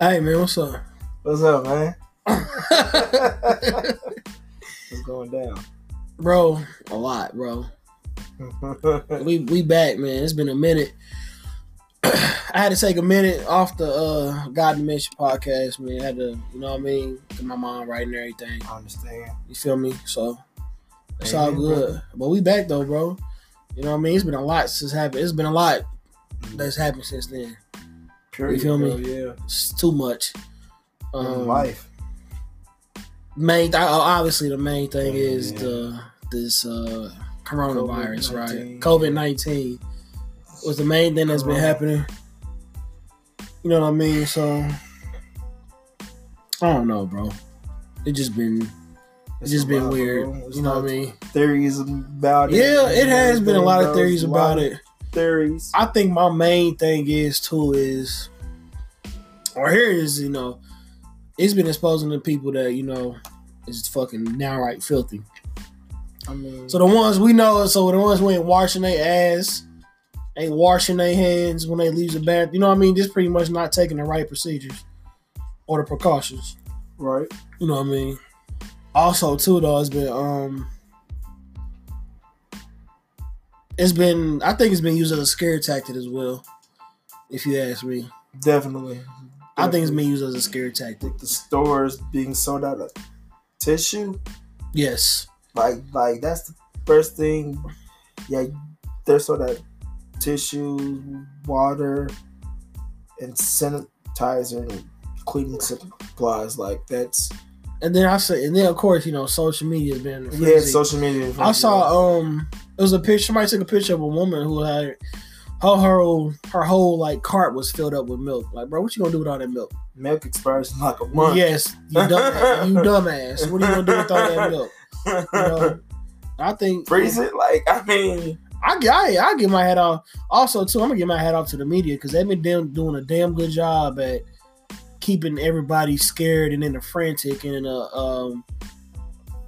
Hey man, what's up? What's up, man? What's going down? bro, a lot, bro. We we back, man. It's been a minute. I had to take a minute off the uh God Dimension podcast, man. I had to, you know what I mean, get my mind right and everything. I understand. You feel me? So it's all Amen, good. brother. But we back though, bro. You know what I mean? It's been a lot since happened. It's been a lot that's happened since then. Period, feel me? bro, Yeah. It's too much. Living Um, life. main th- oh, obviously the main thing is Yeah. the this uh coronavirus right COVID-19. covid-19 was the main thing that's been Corona. happening you know what i mean so i don't know bro it just been it's just been about, weird bro. It's you know not what i mean Theories about it. yeah it has been a lot of Bro, theories it's a about lot of it Theories. I think my main thing is too is, or here is you know, it's been exposing to people that you know is fucking downright filthy. I mean, So the ones we know, so the ones who ain't washing their ass, ain't washing their hands when they leave the bath. You know what I mean? Just pretty much not taking the right procedures or the precautions. right. You know what I mean? Also, too though, it's been um, it's been I think it's been used as a scare tactic as well. If you ask me, Definitely. I think it's Definitely. been used as a scare tactic. With the stores being sold out of tissue. Yes, Like, like that's the first thing. Yeah, they're sold out tissue, water, and sanitizer and cleaning supplies. Like that's and then I say, and then of course you know social media has been yeah, frenzy. social media. I saw um it was a picture somebody took a picture of a woman who had her her whole, her whole like cart was filled up with milk. Like, bro, what you gonna do with all that milk? milk expires in like a month. Yes, you dumbass. you dumbass. What are you gonna do with all that milk? You know, I think Freeze it. Like I mean, I get I, I get my hat off. Also, too, I'm gonna get my hat off to the media because they've been damn, doing a damn good job at keeping everybody scared and in a frantic and in a um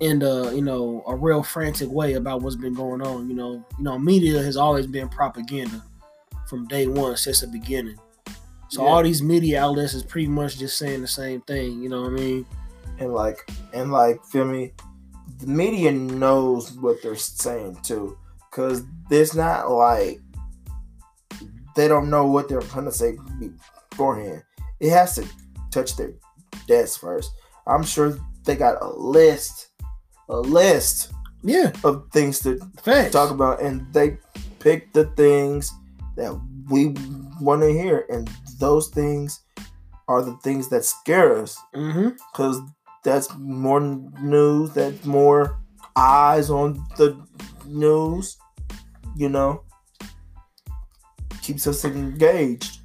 in the you know a real frantic way about what's been going on. You know, you know, media has always been propaganda from day one since the beginning. So Yeah. all these media outlets is pretty much just saying the same thing. You know what I mean? and like and like, feel me. The media knows what they're saying too, because it's not like they don't know what they're gonna say beforehand. It has to touch their desk first. I'm sure they got a list, a list Yeah, of things to facts. talk about, and they pick the things that we want to hear, and those things are the things that scare us hmm because that's more news, that's more eyes on the news, you know, keeps us engaged.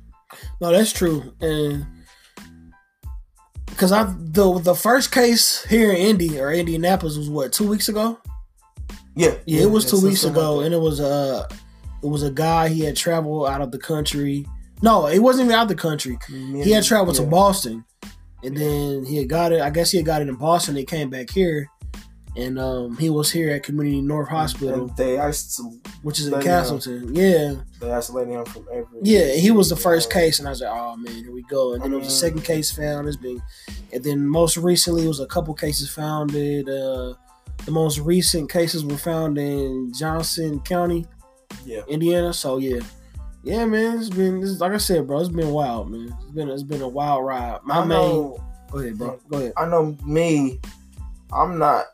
No, that's true, and because I the the first case here in Indy or Indianapolis was what two weeks ago. Yeah, Yeah, it was two it's weeks something ago, like and it was uh it was a guy he had traveled out of the country. No, it wasn't even out of the country. that. Me He had and- traveled to yeah. Boston, and then he had got it. I guess he had got it in Boston. They came back here, and um he was here at Community North Mm-hmm. Hospital, And they isol- which is in they, uh, Castleton. Yeah. they isolated him from every. Yeah, he was the first Yeah. case, and I was like, "Oh man, here we go." And then it was a Mm-hmm. second case found. It's been, and then most recently it was a couple cases founded. Uh, the most recent cases were found in Johnson County, Yeah. Indiana. So yeah, yeah, man, it's been this, like I said, bro. It's been wild, man. It's been it's been a wild ride. My I main, know- go ahead, bro. Go ahead. I know me, I'm not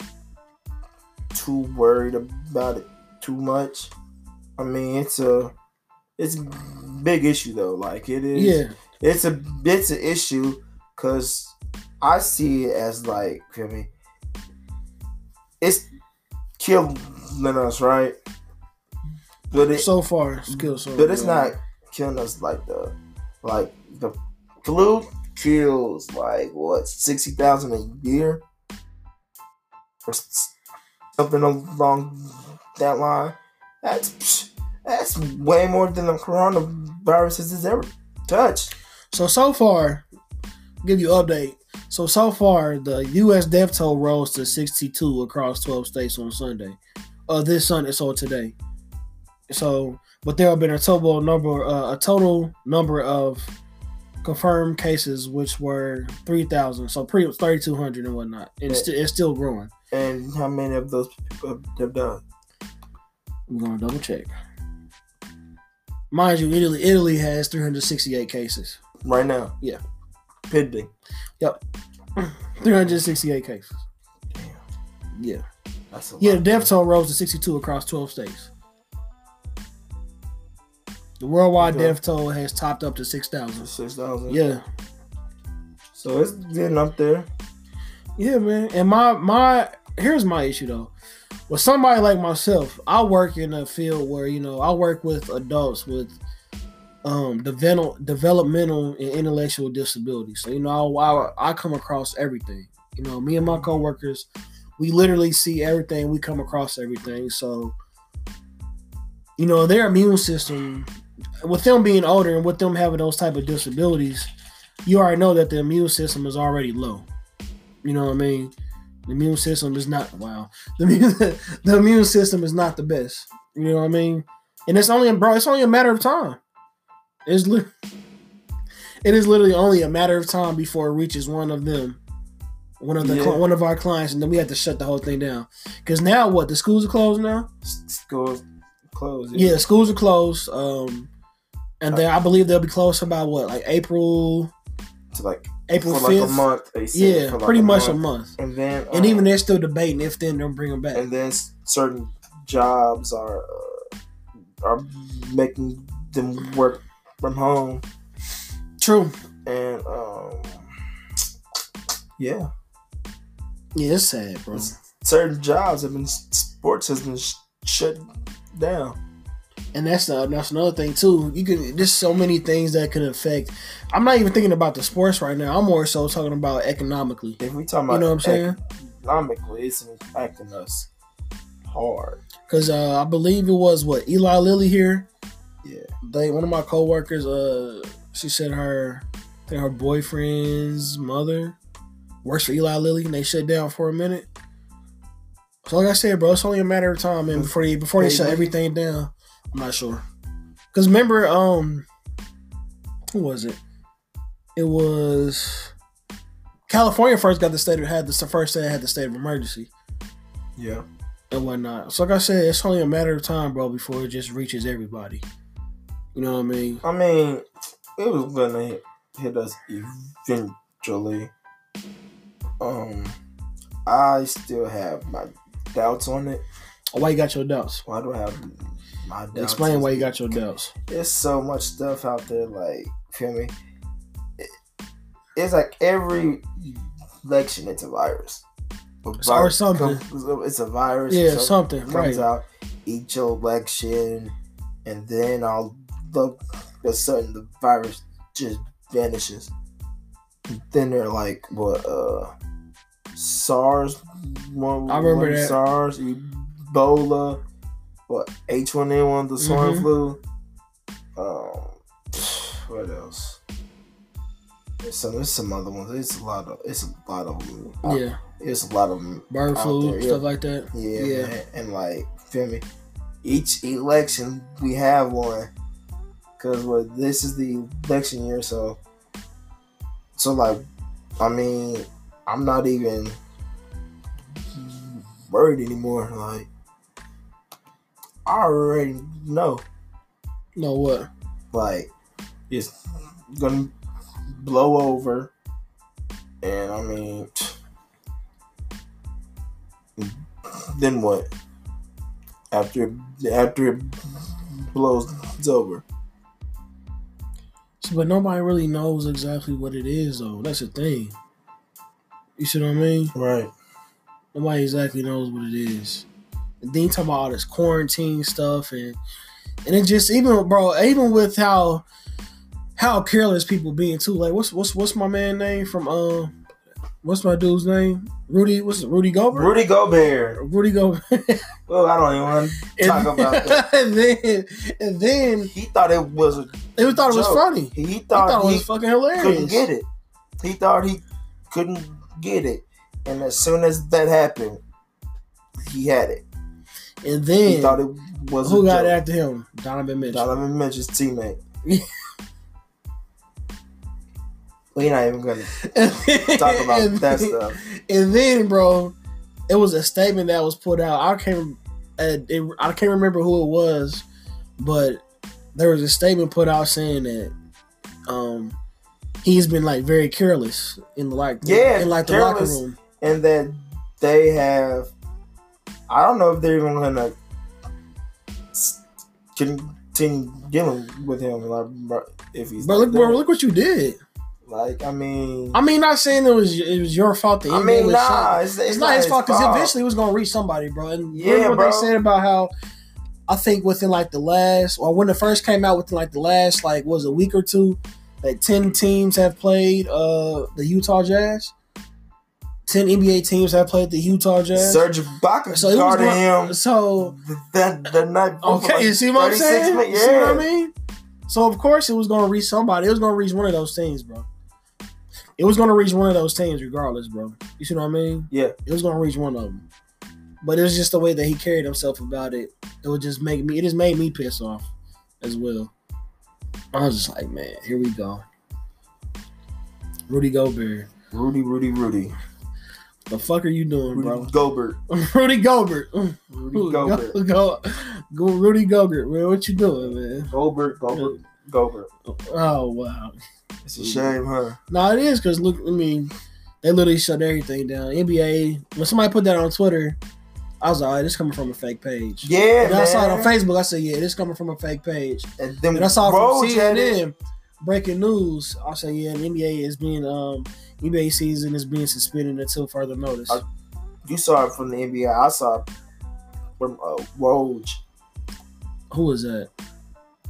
too worried about it too much. I mean, it's a it's a big issue though. Like it is. Yeah, It's a it's an issue because I see it as like, feel me? It's killing us, right? But it so far, skill so. but it's not killing us like the like the flu kills like what sixty thousand a year or s- something along that line. That's psh, that's way more than the coronavirus has ever touched. So so far, give you update. So so far, the U.S. death toll rose to 62 across 12 states on Sunday. Uh, this Sunday, so today. So, but there have been a total number, uh, a total number of confirmed cases, which were 3,000. So pretty 3,200 and whatnot. And it's, Yeah. sti- it's still growing. And how many of those people have died? We're going to double check. Mind you, Italy Italy has 368 cases. Right now? Yeah. Pending. 368 cases. Yeah. That's a Yeah, the lot. death toll rose to 62 across 12 states. The worldwide Okay. death toll has topped up to 6,000. 6,000. Yeah. So it's getting up there. Yeah, man. And my my here's my issue though. With somebody like myself, I work in a field where you know I work with adults with um develop, developmental and intellectual disabilities. So you know I, I I come across everything. You know, me and my coworkers, we literally see everything. We come across everything. So you know their immune system, with them being older and with them having those type of disabilities, you already know that the immune system is already low. You know what I mean? The immune system is not wow. The immune, the immune system is not the best. You know what I mean? And it's only bro, it's only a matter of time. It's lit it is literally only a matter of time before it reaches one of them, one of the cli- Yeah. one of our clients, and then we have to shut the whole thing down. Because now what? The schools are closed now. S- Schools closed. Yeah, schools are closed. Um, and then I believe they'll be closed for about what, like April, It's like April for like a fifth. month. They said yeah, for like pretty a much month. a month. And then And uh, even they're still debating if then they'll bring them back. and then s- certain jobs are uh, are making them work from home True. and um yeah Yeah, it's sad, bro. certain jobs have been sports has been sh- shut down And that's the, that's another thing too. You can there's so many things that can affect. I'm not even thinking about the sports right now. I'm more so talking about economically. if we talking about You know what I'm saying? economically it's impacting us hard Because uh, I believe it was what Eli Lilly here. Yeah. They one of my coworkers. Uh, she said her I think her boyfriend's mother works for Eli Lilly, and they shut down for a minute. So like I said, bro, it's only a matter of time, man. Before they before they shut They- everything down, I'm not sure. Cause remember, um, who was it? It was California first got the state of had the first state had the state of emergency yeah and whatnot. So like I said, it's only a matter of time, bro, before it just reaches everybody. You know what I mean? i mean it was gonna hit, hit us eventually um i still have my doubts on it Why you got your doubts? Why do I have my doubts? Explain why you got your doubts. There's so much stuff out there, like, feel me? It- It's like every election, it's a virus. A So- or something. com- It's a virus. or Yeah, something something, right? comes out each election, and then all of a sudden the virus just vanishes. Then they're like, what, uh, SARS? One, I remember one that. SARS, E-, Ebola, what, H1N1, the swine Mhm. flu. Um, what else? So there's some other ones. It's a lot of it's a lot of them. Yeah, It's a lot of them bird out flu, there, yeah. stuff like that. yeah, Yeah. Man. and like feel me. Each election we have one, cause well, this is the election year, so so like, I mean, I'm not even worried anymore. Like, I already know, No, what? like, it's gonna blow over, and I mean, then what? After after it blows it's over, So, but nobody really knows exactly what it is, though. That's the thing. You see what I mean? right? Nobody exactly knows what it is. And then you talk about all this quarantine stuff and and it just even bro, even with how how careless people being too. Like what's what's what's my man name from uh what's my dude's name? Rudy what's it, Rudy Gobert? Rudy Gobert. Rudy Gobert. Well, I don't even want. And- Talk about that. and then and then He thought it was. A, they thought it was Joe. funny. He he thought he, thought it was fucking couldn't hilarious. get it. He thought he couldn't get it, and as soon as that happened, he had it. And He thought then it was. who a got joke. after him? Donovan Mitchell. Donovan Mitchell's teammate. We're not even gonna talk Talk about and, then- that stuff. And then, bro, it was a statement that was put out. I can't, uh, it, I can't remember who it was, but there was a statement put out saying that um, he's been like very careless in the like, Yeah, in like the careless. locker room. and that they have. I don't know if they're even gonna s- continue dealing with him. Like, bro, if he's But not look, bro, there. look what you did. like, I mean, I mean, not saying it was it was your fault. The I NBA mean, was shot. nah, it's, it's, not his fault because fault. eventually it was gonna reach somebody, bro. And Yeah, remember what bro. they said about how I think within like the last or when it first came out within like the last like was it, a week or two that ten teams have played uh the Utah Jazz. Ten NBA teams have played the Utah Jazz. Serge Ibaka So it was guarded going- him So the, the, the night before. okay, you Oh, like, see what I'm 36 saying? minutes, You see what I yeah. mean? So of course it was gonna reach somebody. It was gonna reach one of those teams, bro. It was gonna reach one of those teams regardless, bro. You see what I mean? Yeah. It was gonna reach one of them. But it was just the way that he carried himself about it. It would just make me. It just made me piss off as well. I was just like, man, here we go. Rudy Gobert, Rudy, Rudy, Rudy. the fuck are you doing, bro? Rudy Gobert. Rudy Gobert. Rudy Gobert. Go, go, Rudy Gobert. Man, what you doing, man? Gobert, Gobert, Gobert. Oh wow. It's a shame, huh? No, it is because look, I mean, they literally shut everything down. NBA. When somebody put that on Twitter, I was like, all right, this coming from a fake page. Yeah, And I saw it on man. Facebook. I said, yeah, this coming from a fake page. And then And I saw it Woj from had it. CNN breaking news. I said, yeah, the NBA is being um NBA season is being suspended until further notice. I- You saw it from the NBA. I saw it from uh, Woj. Who is that?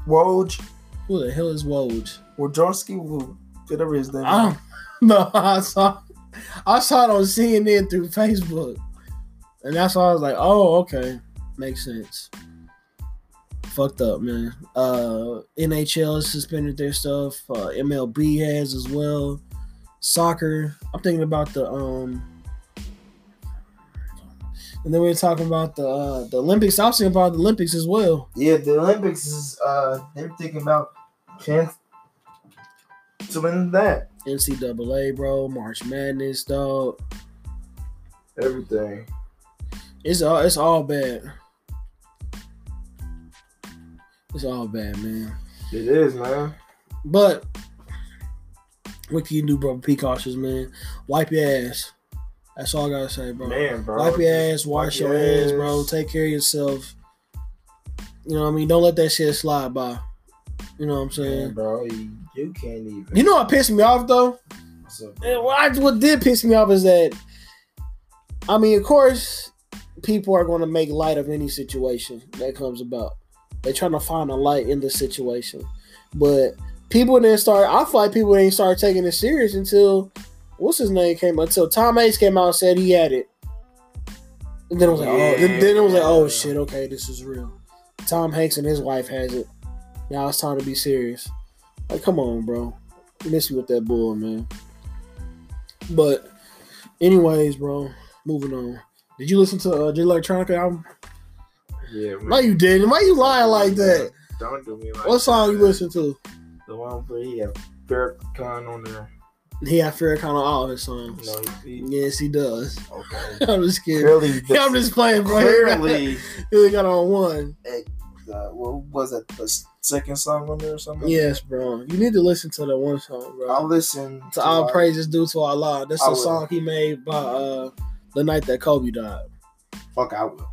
Woj, Who the hell is Woj? Wojnarowski, whatever his name. I don't know. I saw I saw it on CNN through Facebook, and that's why I was like, "Oh, okay, makes sense." Fucked up, man. Uh, NHL has suspended their stuff. Uh, MLB has as well. Soccer. I'm thinking about the um. And then we were talking about the uh, the Olympics. I was thinking about the Olympics as well. Yeah, the Olympics is. Uh, they're thinking about canceling that. NCAA, bro. March Madness, dog. Everything. It's all it's all bad. It's all bad, man. It is, man. But what can you do, bro? Be cautious, man. Wipe your ass. That's all I gotta say, bro. Man, bro. Wipe your ass, wash Wipe your your hands, bro. ass. Take care of yourself. You know what I mean? Don't let that shit slide by. You know what I'm Man, saying? bro, you, you can't even. You know what pissed me off though? Yeah, What, I- what did piss me off is that, I mean, of course, people are going to make light of any situation that comes about. They're trying to find a light in the situation, but people didn't start. I feel like people didn't start taking it serious until what's his name came until Tom Ace came out and said he had it. And then it was like, oh, then, then it was like, oh Yeah. shit, okay, this is real. Tom Hanks and his wife has it. Now it's time to be serious. Like, come on, bro. Miss you with that bull, man. But, anyways, bro. Moving on. Did you listen to uh, J Electronica album? Yeah, man. No, you didn't. Why you lying like that? Don't do me like What song you listen to? The one where he had Farrakhan on there. He had Farrakhan on all his songs. No, he, he- Yes, he does. okay. I'm just kidding. Clearly, the, I'm just playing, bro. clearly, he only got on one. uh, what was it? The second song on there or something? Yes, bro. You need to listen to that one song, bro. I listened to all like, praises due to Allah. That's I a will. song he made by uh, the night that Kobe died. Fuck, I will.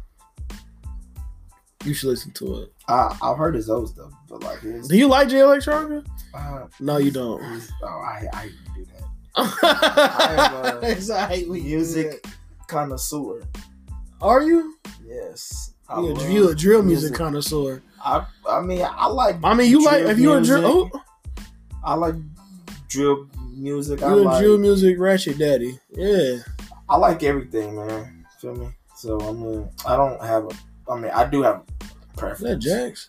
You should listen to it. I I've heard his old stuff, but like his. Do you like J Electronica? Uh, No, you don't. his- oh, I I can do that. a it's all right, we do uh, music that. Connoisseur. Are you? Yes. I You love a, you a drill music, music. connoisseur. I I mean I like I mean, you like drill if you a drill, oh, music. I like drill music. I you a like drill music ratchet daddy. Yeah, I like everything, man. Feel me? So I mean, I don't have a. I mean, I do have a is that preference. Jax?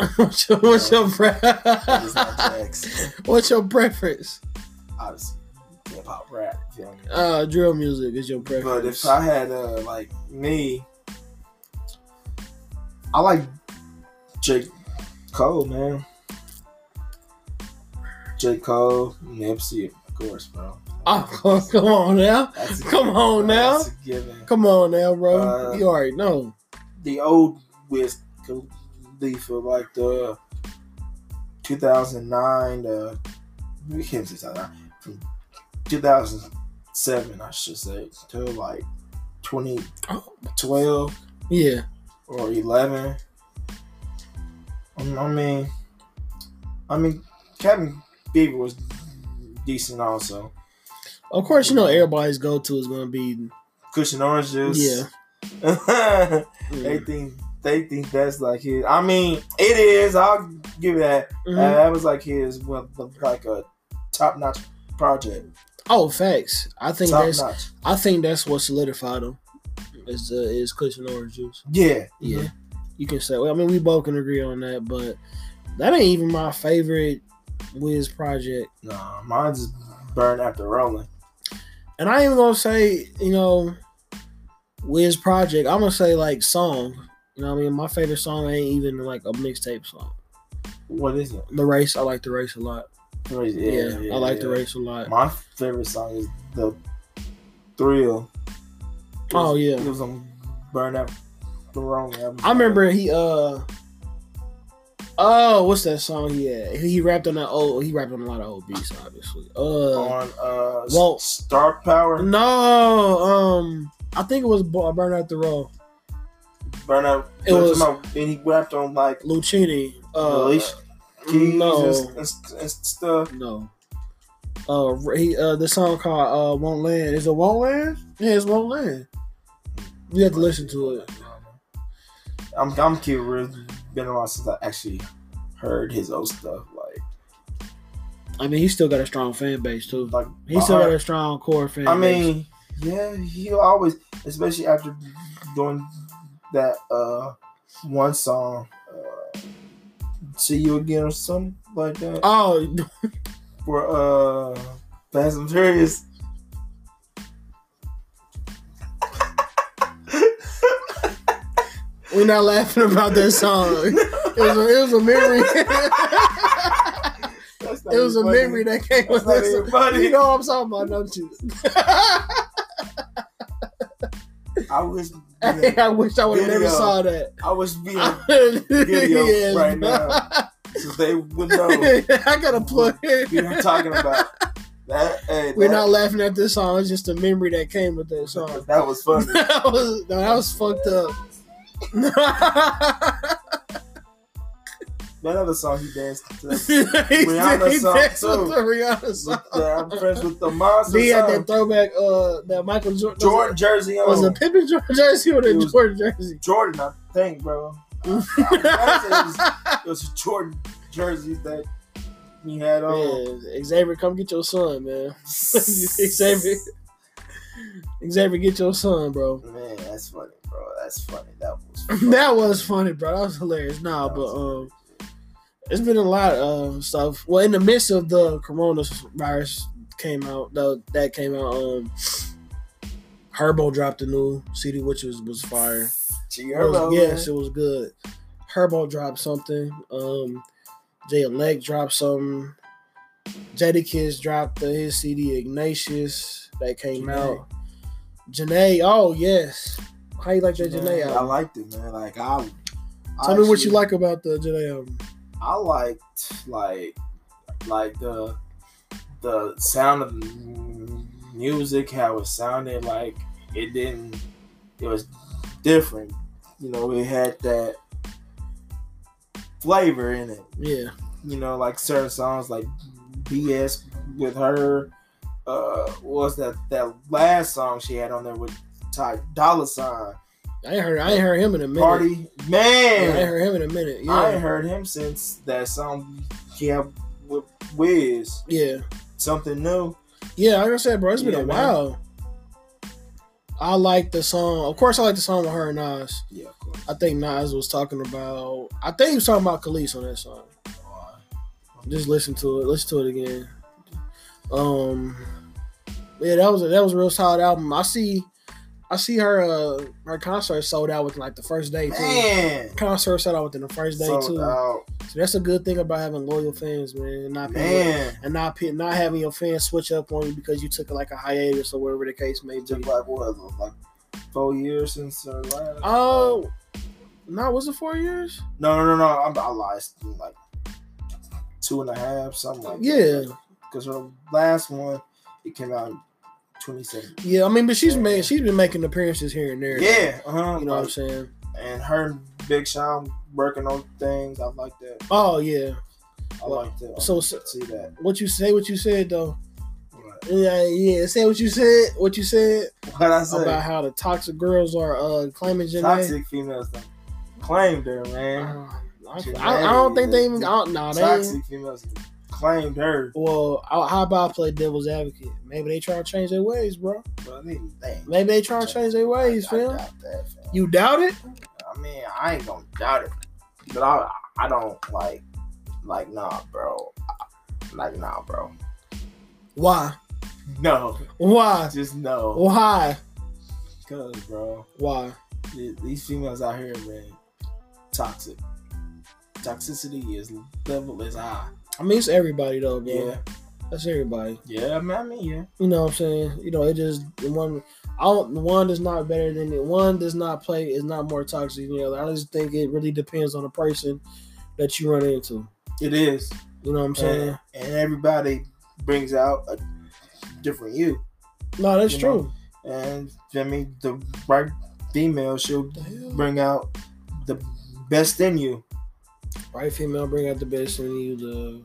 what's your what's your, It's not pre- Jax. what's your preference? Obviously, hip hop rap. Feel me? Uh, drill music is your preference. But if I had uh like me, I like J Cole, man. J. Cole, Nipsey, of course, bro. Oh, come on now. That's a- Come on now. That's a given. Come on now, bro. Uh, you already know. The old West could be for like the 2009, uh, we can't say 2009, from 2007, I should say, to like 2012 Oh, Yeah. or 11. Um, I mean, I mean, Captain Beaver was decent also. Of course, you know everybody's go to is gonna be Cushion Orange Juice. yeah. Yeah. They Mm. think they think that's like his. I mean, it is. I'll give you that. Uh, Mhm. that was like his, well, like a top notch project. Oh, facts. I think Top that's notch. I think that's what solidified them. Is uh, is cushion orange juice. Yeah, Yeah, Mm-hmm. you can say. Well, I mean, we both can agree on that, but that ain't even my favorite Wiz project. Nah, mine just burned after rolling. And I ain't even gonna say you know Wiz project. I'm gonna say like song. You know, what I mean, my favorite song ain't even like a mixtape song. What is it? The race, I like the race a lot. Yeah, Yeah, I like the race a lot. My favorite song is the Thrill. Oh, yeah. it was on burn after rolling. That was- I remember he uh oh what's that song he had? He rapped on that old he rapped on a lot of old beats obviously. Uh on uh, Well- Star Power. no um I think it was Bu- Burn Out the Row. Burn out. It was- and he rapped on like Lucini. Uh Alicia Keys no. and, and, and stuff. no. Uh he uh the song called uh Won't Land. Is it Won't Land? Yeah, it's Won't Land. You have to listen to it. I'm I'm curious. Been around since I actually heard his old stuff. Like I mean he still got a strong fan base too. like He still got I, a strong core fan Uh, I base. mean, yeah, he always, especially after doing that uh one song, uh, "See You Again" or something like that, Oh for uh Fast and Furious. we're not laughing about that song. It was a, it was a memory. That's not it was a even funny. memory that came That's with not this. even funny. You know what I'm talking about, don't you? I was, Hey, I wish I would have never Video. saw that. I was being video yes. right now. so they would know. I gotta plug you it. know what I'm talking about. That, hey, We're that, not laughing at this song. It's just a memory that came with that song. That was funny. that was no, that was fucked up. That other song he danced to. He With said he song, danced too. with the Rihanna song. the, I'm friends with the monster. He had that Song. throwback, uh, that Michael Jordan. Jordan jersey on. Was it Pippen Jordan jersey or It the was- Jordan jersey? Jordan, I think, bro. I, I said it, was, it was a Jordan jersey that he had on. Man, Xavier, come get your son, man. Xavier, Xavier, get your son, bro. Man, that's funny, bro. That's funny. That was. Funny. That was funny, bro. That was hilarious. Nah, That but um, was it's been a lot of stuff. Well, in the midst of the coronavirus came out, the, that came out. Um, Herbo dropped a new CD, which was was fire. G It was- Herbo, yes, man. it was good. Herbo dropped something. Um, Jay Elect dropped something. Jadakiss dropped the, his CD Ignatius that came Janae. out. Janae, oh yes. How you like that Janae Man, I album? liked it, man. Like I. Tell Tell me what you like about the Janae album. I liked like like the the sound of the music, how it sounded like it didn't it was different. You know, it had that flavor in it. Yeah, You know, like certain songs like BS with her. Uh was that that last song she had on there with Ty Dolla Sign. I ain't heard. I ain't heard him in a minute. Party I Man. ain't heard him in a minute. Yeah, I ain't heard him since that song he had with Wiz. yeah, Something new. yeah. Like I said, bro, it's been Yeah, a man. while. I like the song. Of course, I like the song with her and Nas. Yeah, of course. I think Nas was talking about. I think he was talking about Khalees on that song. Just listen to it. Listen to it again. Um, yeah, that was a, that was a real solid album. I see, I see her uh her concert sold out within like the first day too. Man. Concert sold out within the first day Sold too. out. So that's a good thing about having loyal fans, man. And not people- Man, and not pe- not having your fans switch up on you because you took like a hiatus or whatever the case may it be. took like what, like four years since our last. uh, Oh, no, was it four years? no, no, no, no. I'm, I lied. It's been Like two and a half, something like Yeah, Because her last one, it came out in 2017. yeah. I mean, but she's made she's been making appearances here and there. Yeah, uh-huh. you know what I'm saying. and her and Big Sean working on things. I like that. Oh yeah. I like that. So, I so see that. what you say? What you said though? Yeah, yeah. Say what you said. What you said What I say? about how the toxic girls are uh, claiming Janae. toxic females don't claimed her, man. Uh, I, I- I don't think they even. I don't, nah, they. toxic females claimed her. Well, I- how about I play devil's advocate? Maybe they trying to change their ways, bro. But I mean, they Maybe they trying to change their ways, I, I fam. doubt that, fam. You doubt it? I mean, I ain't gonna doubt it, but I, I don't like, like, nah, bro. Like, nah, bro. Why? No, Why? just Oh. no. Why? Cause, bro, Why? th- these females out here, man, toxic. Toxicity is level is high. I mean, it's everybody though, bro. Yeah, That's everybody. yeah, man. I mean, yeah. You know what I'm saying? You know, it just the one. I don't. the One is not better than it. One does not play. Is not more toxic than the other. I just think it really depends on the person that you run into. It is. You know what I'm saying? and, and everybody brings out a different you. no, that's you know, true. And I mean, the right female she'll The hell? bring out the best in you. right female bring out the best in you the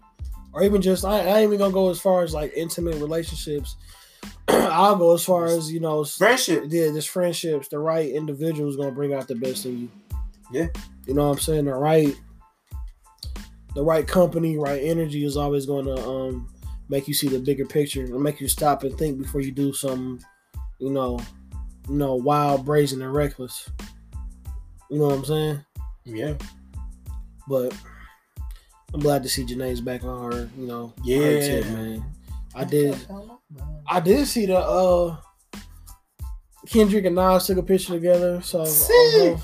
or even just I, I ain't even gonna go as far as like intimate relationships i'll go as far as you know s- Friendship. yeah just friendships the right individual's gonna bring out the best in you Yeah. you know what i'm saying the right the right company right energy is always gonna um make you see the bigger picture and make you stop and think before you do something you know you know wild brazen and reckless you know what i'm saying Yeah. but I'm glad to see Janae's back on her, you know. her Yeah. tip, man. I did I did see the uh Kendrick and Nas took a picture together, so I Sick. hope-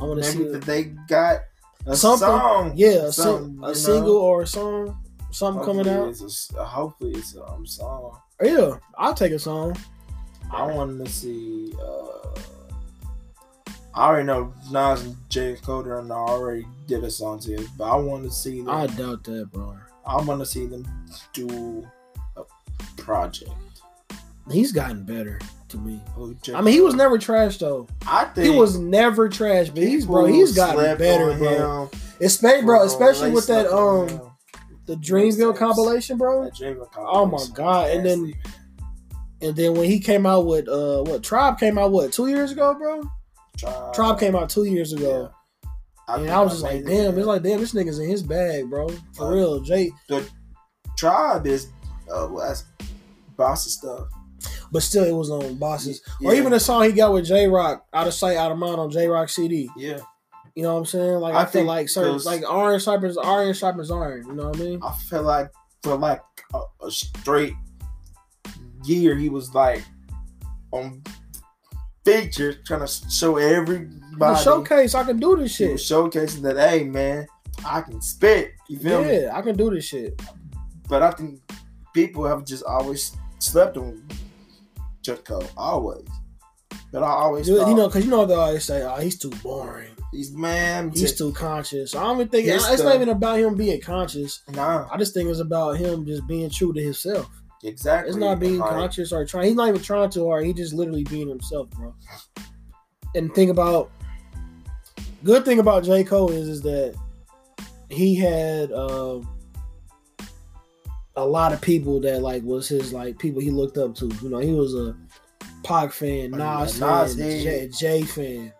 I wanna Maybe see that it. they got a Something. song. yeah, a, sing- Something, a you know? Oh, single or a song, something coming Hopefully out. it's a s- hopefully it's a um, song. Yeah, I'll take a song. I want to see. Uh, I already know Nas and J. Coder and I already did a song to it, but I want to see them. I I, doubt that, bro. want to see them do a project. He's gotten better to me. Who J. I mean, he was never trash though. I think He was never trash, but he's bro, people he's gotten slept better, on bro. him. Especially, bro, They especially with that slept on um him. the Dreamville Mixtapes. compilation, bro. That J. Cole Oh my was God, and then- nasty, man. And then when he came out with uh what Tribe came out what two years ago, bro? Tribe, Tribe came out two years ago. and think I was just like, made damn, it. it's like damn, this nigga's in his bag, bro. For Like- real. Jay Tribe is uh, well, that's bossy stuff. but still it was on bosses. Or Yeah. even the song he got with J Rock, out of sight, out of mind on J Rock C D. yeah. You know what I'm saying? Like I I, feel think like certain those- like iron sharpens iron sharpens iron, you know what I mean? I feel like for like a, a straight year, he was like on features trying to show The everybody. showcase, I can do this He was shit. showcasing that, hey man, I can spit. You feel me? Yeah, I can do this shit. But I think people have just always slept on Jutco, always. But I always You, thought, you know, cause you know they always say, "Oh, he's too boring. he's man, He's too conscious." I don't even think Here's it's the- not even about him being conscious. nah, I just think it's about him just being true to himself. exactly. It's not being Like, conscious or trying. He's not even trying too hard. He just literally being himself, bro. And think about good thing about J Cole is is that he had um, a lot of people that like was his like people he looked up to. You know, he was a Pac fan, A Nas, Nas fan, J, head. J fan.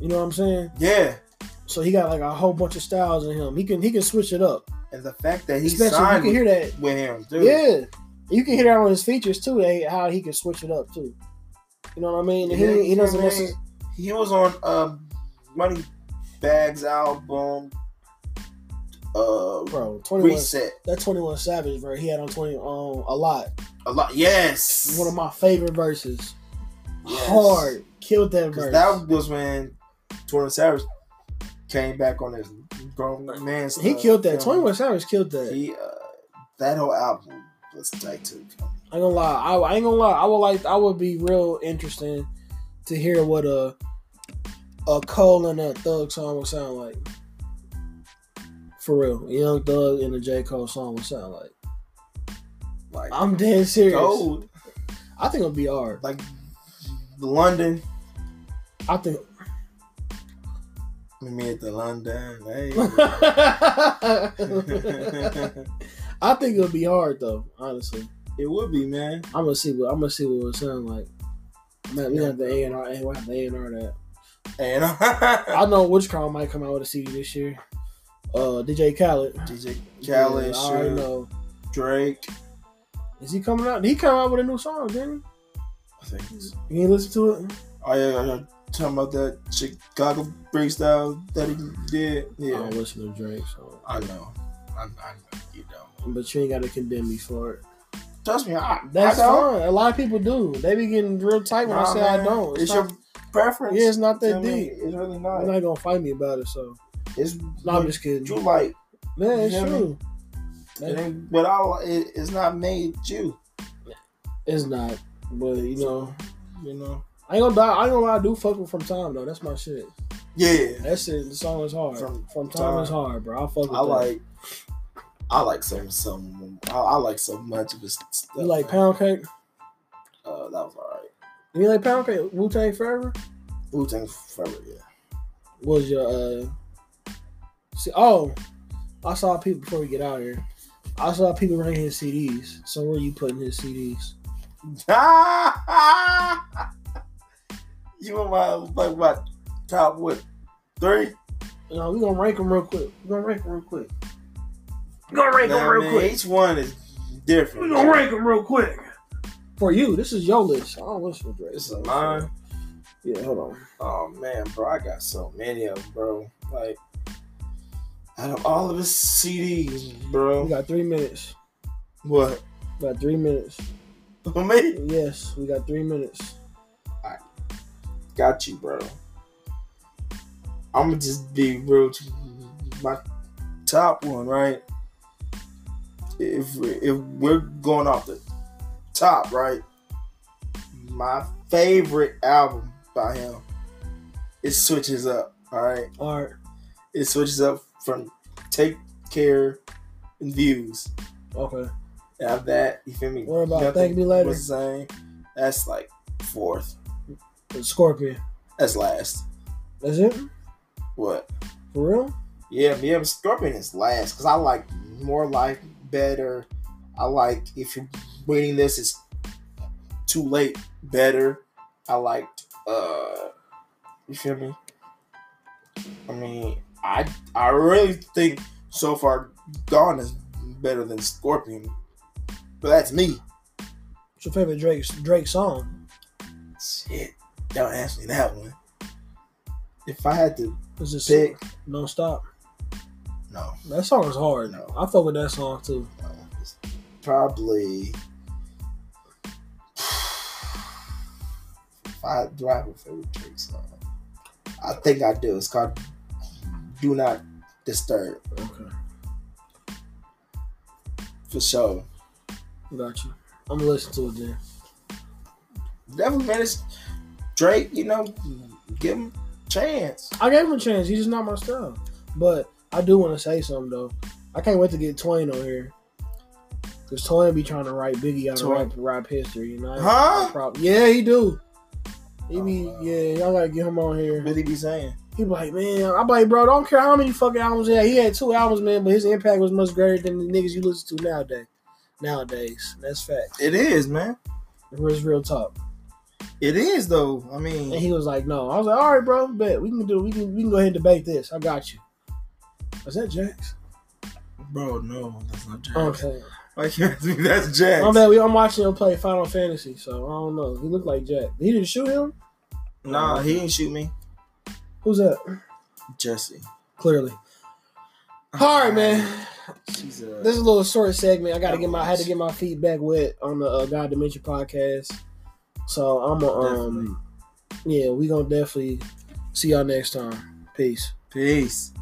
You know what I'm saying? Yeah, So he got like a whole bunch of styles in him. He can he can switch it up. and the fact that he Especially you signed can hear that with him, dude. yeah, you can hear that on his features too. eh, How he can switch it up too. You know what I mean? And he, he doesn't I mean, necessarily. He was on um, Money Bags album. Uh, Bro, twenty one. reset That twenty one Savage, bro. He had on twenty um a lot. a lot. Yes, One of my favorite verses. Yes. Hard killed that 'Cause verse. that was when Twenty Savage came back on his grown man. He stuff, killed that. film. Twenty One Savage killed that. He uh, that whole album was tight too. I ain't gonna lie. I, I ain't gonna lie. I would like. I would be real interesting to hear what a a Cole and a Thug song would sound like. For real, a Young Thug and a J Cole song would sound like. Like I'm dead serious. gold. I think it'll be hard. Like London. I think. We meet the London. Hey. I think it'll be hard though. Honestly, it would be man. I'm gonna see what I'm gonna see what it sound like. Man, we have the A and R. We have the A and R that. And uh, I know which Witchcraft might come out with a CD this year. Uh, DJ Khaled. DJ Yeah, Khaled, I already Suge, know. Drake. Is he coming out? He come out with a new song, didn't I think. it's- he? You ain't listen to it? Oh yeah, yeah, yeah. Talking about that Chicago freestyle that he did. Oh. I Yeah. don't listen to Drake, so. I know. I, I know you don't. But you ain't got to condemn me for it. Trust me, I, That's I don't. fine. A lot of people do. They be getting real tight when I Nah, say I man. don't. It's, It's, your not, preference. yeah, it's not You that know what I mean? deep. It's really You're not. not gonna fight me about it, so. It's No, I'm just kidding. you like. Man, it's You know what I true. It That- ain't, but all it, it's not made you. It's not. But you know, You know. I ain't gonna die. I ain't gonna lie. I do fuck with from time though. That's my shit. Yeah. That shit. The song is hard. From, From time is Time. hard, bro. I fuck with I that. like. I like some some. I, I like so much of his stuff. You like man. pound cake? Uh, that was alright. You like pound cake? Wu Tang Forever? Wu Tang Forever. Yeah. was your uh see oh I saw people before we get out here. I saw people ranking his CDs. So where you putting his CDs? you and my like my top what three? No, we gonna rank them real quick. we gonna rank them real quick. we gonna rank them Nah, real man, quick. Each one is we different. gonna rank them real quick. For you, this is your list. I don't listen to Drake. This so- is mine. Yeah, hold on. Oh man, bro, I got so many of them, bro. Like out of all of his CDs, bro. We got three minutes. what? We got three minutes. Me? Yes, we got three minutes. Got you, bro. I'ma just be real to you. my top one, right? If if we're going off the top, right? My favorite album by him it switches up, alright? All right. It switches up from Take Care and Views. Okay. After that, you feel me? What about Nothing Thank Me Later? Was the same. That's like fourth. Scorpion. That's last. That's it? What? For real? Yeah, yeah. Scorpion is last because I like more life better. I like if you're reading this, it's too late. Better. I liked. uh You feel me? I mean, I I really think so far Dawn is better than Scorpion, but that's me. What's your favorite Drake Drake song? Shit, don't ask me that one. If I had to Is it pick, No stop. no, That song is hard. No. I fuck with that song too. no, it's Uh, probably. If I do I have a favorite Drake song? I think I do. It's called "Do Not Disturb" Okay, for sure. got you. I'm gonna listen to it then. Definitely, man. It's Drake. You know, give him a chance. I gave him a chance. He's just not my style. But I do want to say something though. I can't wait to get Twain on here. Cause Twain be trying to write Biggie out Twain. of rap, rap history, you know? Huh? Prob- yeah, he do. He be, Oh, wow. yeah, y'all gotta get him on here. What he be saying? He be like, man, I'm like, bro, don't care how many fucking albums he had. He had two albums, man, but his impact was much greater than the niggas you listen to nowadays. Nowadays, that's fact. It is, man. It was real talk. It is though. I And mean, he was like, "No." I was like, "All right, bro, bet we can do. We can we can go ahead and debate this. I got you." Is that Jax? bro, no, that's not Drake. Okay. Why can't you ask me that's Jax? My bad. We I'm watching him play Final Fantasy, so I don't know. He looked like Jack. He didn't shoot him. Nah, he didn't shoot me. Who's that? Jesse. Clearly. All right, man. She's a This is a little short segment. I gotta get my I had to get my feedback wet on the uh, God Dimension podcast. So I'm gonna um yeah we gonna definitely see y'all next time. Peace. Peace.